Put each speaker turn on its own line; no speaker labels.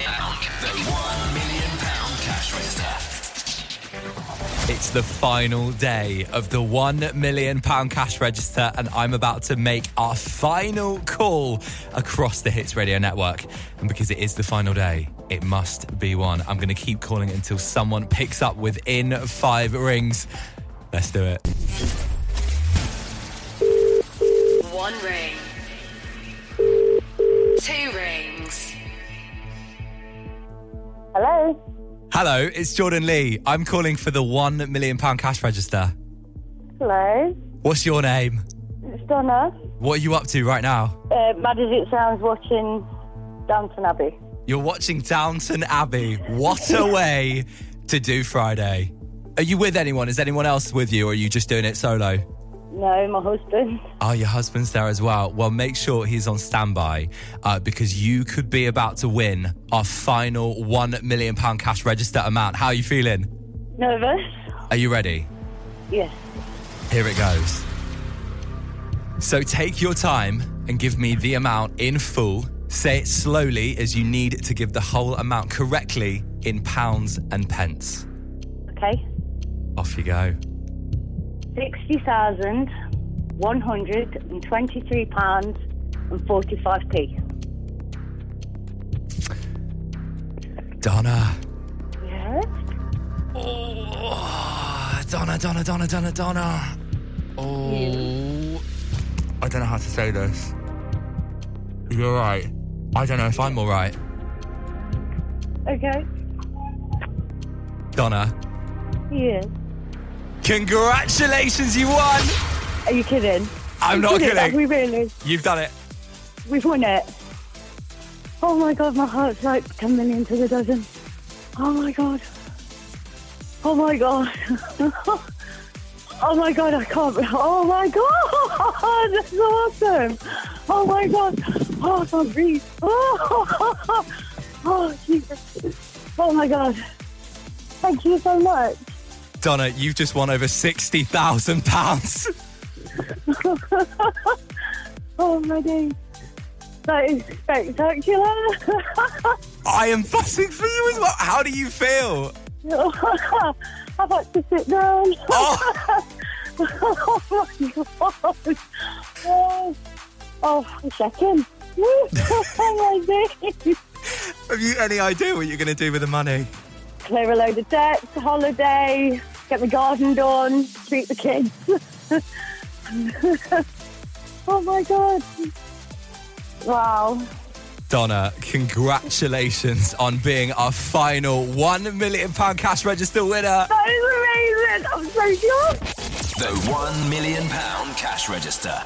the £1 million cash register.
It's the final day of the £1 million cash register, and I'm about to make our final call across the Hits Radio Network. And because it is the final day, it must be one. I'm going to keep calling it until someone picks up within five rings. Let's do it.
One ring. Two rings.
Hello.
Hello, it's Jordan Lee. I'm calling for the £1 million cash register.
Hello.
What's your name?
It's Donna.
What are you up to right now?
Uh, bad as it sounds, watching Downton Abbey.
You're watching Downton Abbey. What a way to do Friday. Are you with anyone? Is anyone else with you or are you just doing it solo?
No, my husband.
Oh, your husband's there as well. Well, make sure he's on standby uh, because you could be about to win our final £1 million cash register amount. How are you feeling?
Nervous?
Are you ready?
Yes.
Here it goes. So take your time and give me the amount in full. Say it slowly as you need to give the whole amount correctly in pounds and pence.
Okay.
Off you go.
Sixty thousand one hundred and twenty-three pounds and forty-five p.
Donna.
Yes.
Oh, Donna, Donna, Donna, Donna, Donna. Oh, I don't know how to say this. You're right. I don't know if I'm all right.
Okay.
Donna,
Yes.
congratulations, you won.
Are you kidding?
I'm
We
not
did it,
kidding.
like, We really,
You've done it.
we've won it. Oh my god, my heart's like ten million to the dozen. Oh my god. Oh my god. oh my god, I can't. Oh my god, that's awesome. Oh my god. Oh, I can't breathe. Oh, oh Jesus. Oh my god. Thank you so much.
Donna, you've just won over sixty thousand pounds.
Oh my days. That is spectacular.
I am fussing for you as well. How do you feel?
I've had to sit down.
Oh,
oh my god! Oh, oh I'm shaking. oh my days.
have you any idea what you're going to do with the money?
Clear a load of debts, holiday, get the garden done, treat the kids. oh my god! Wow.
Donna, congratulations on being our final one million pound cash register winner.
That is amazing! I'm so shocked!
The £1 million cash register.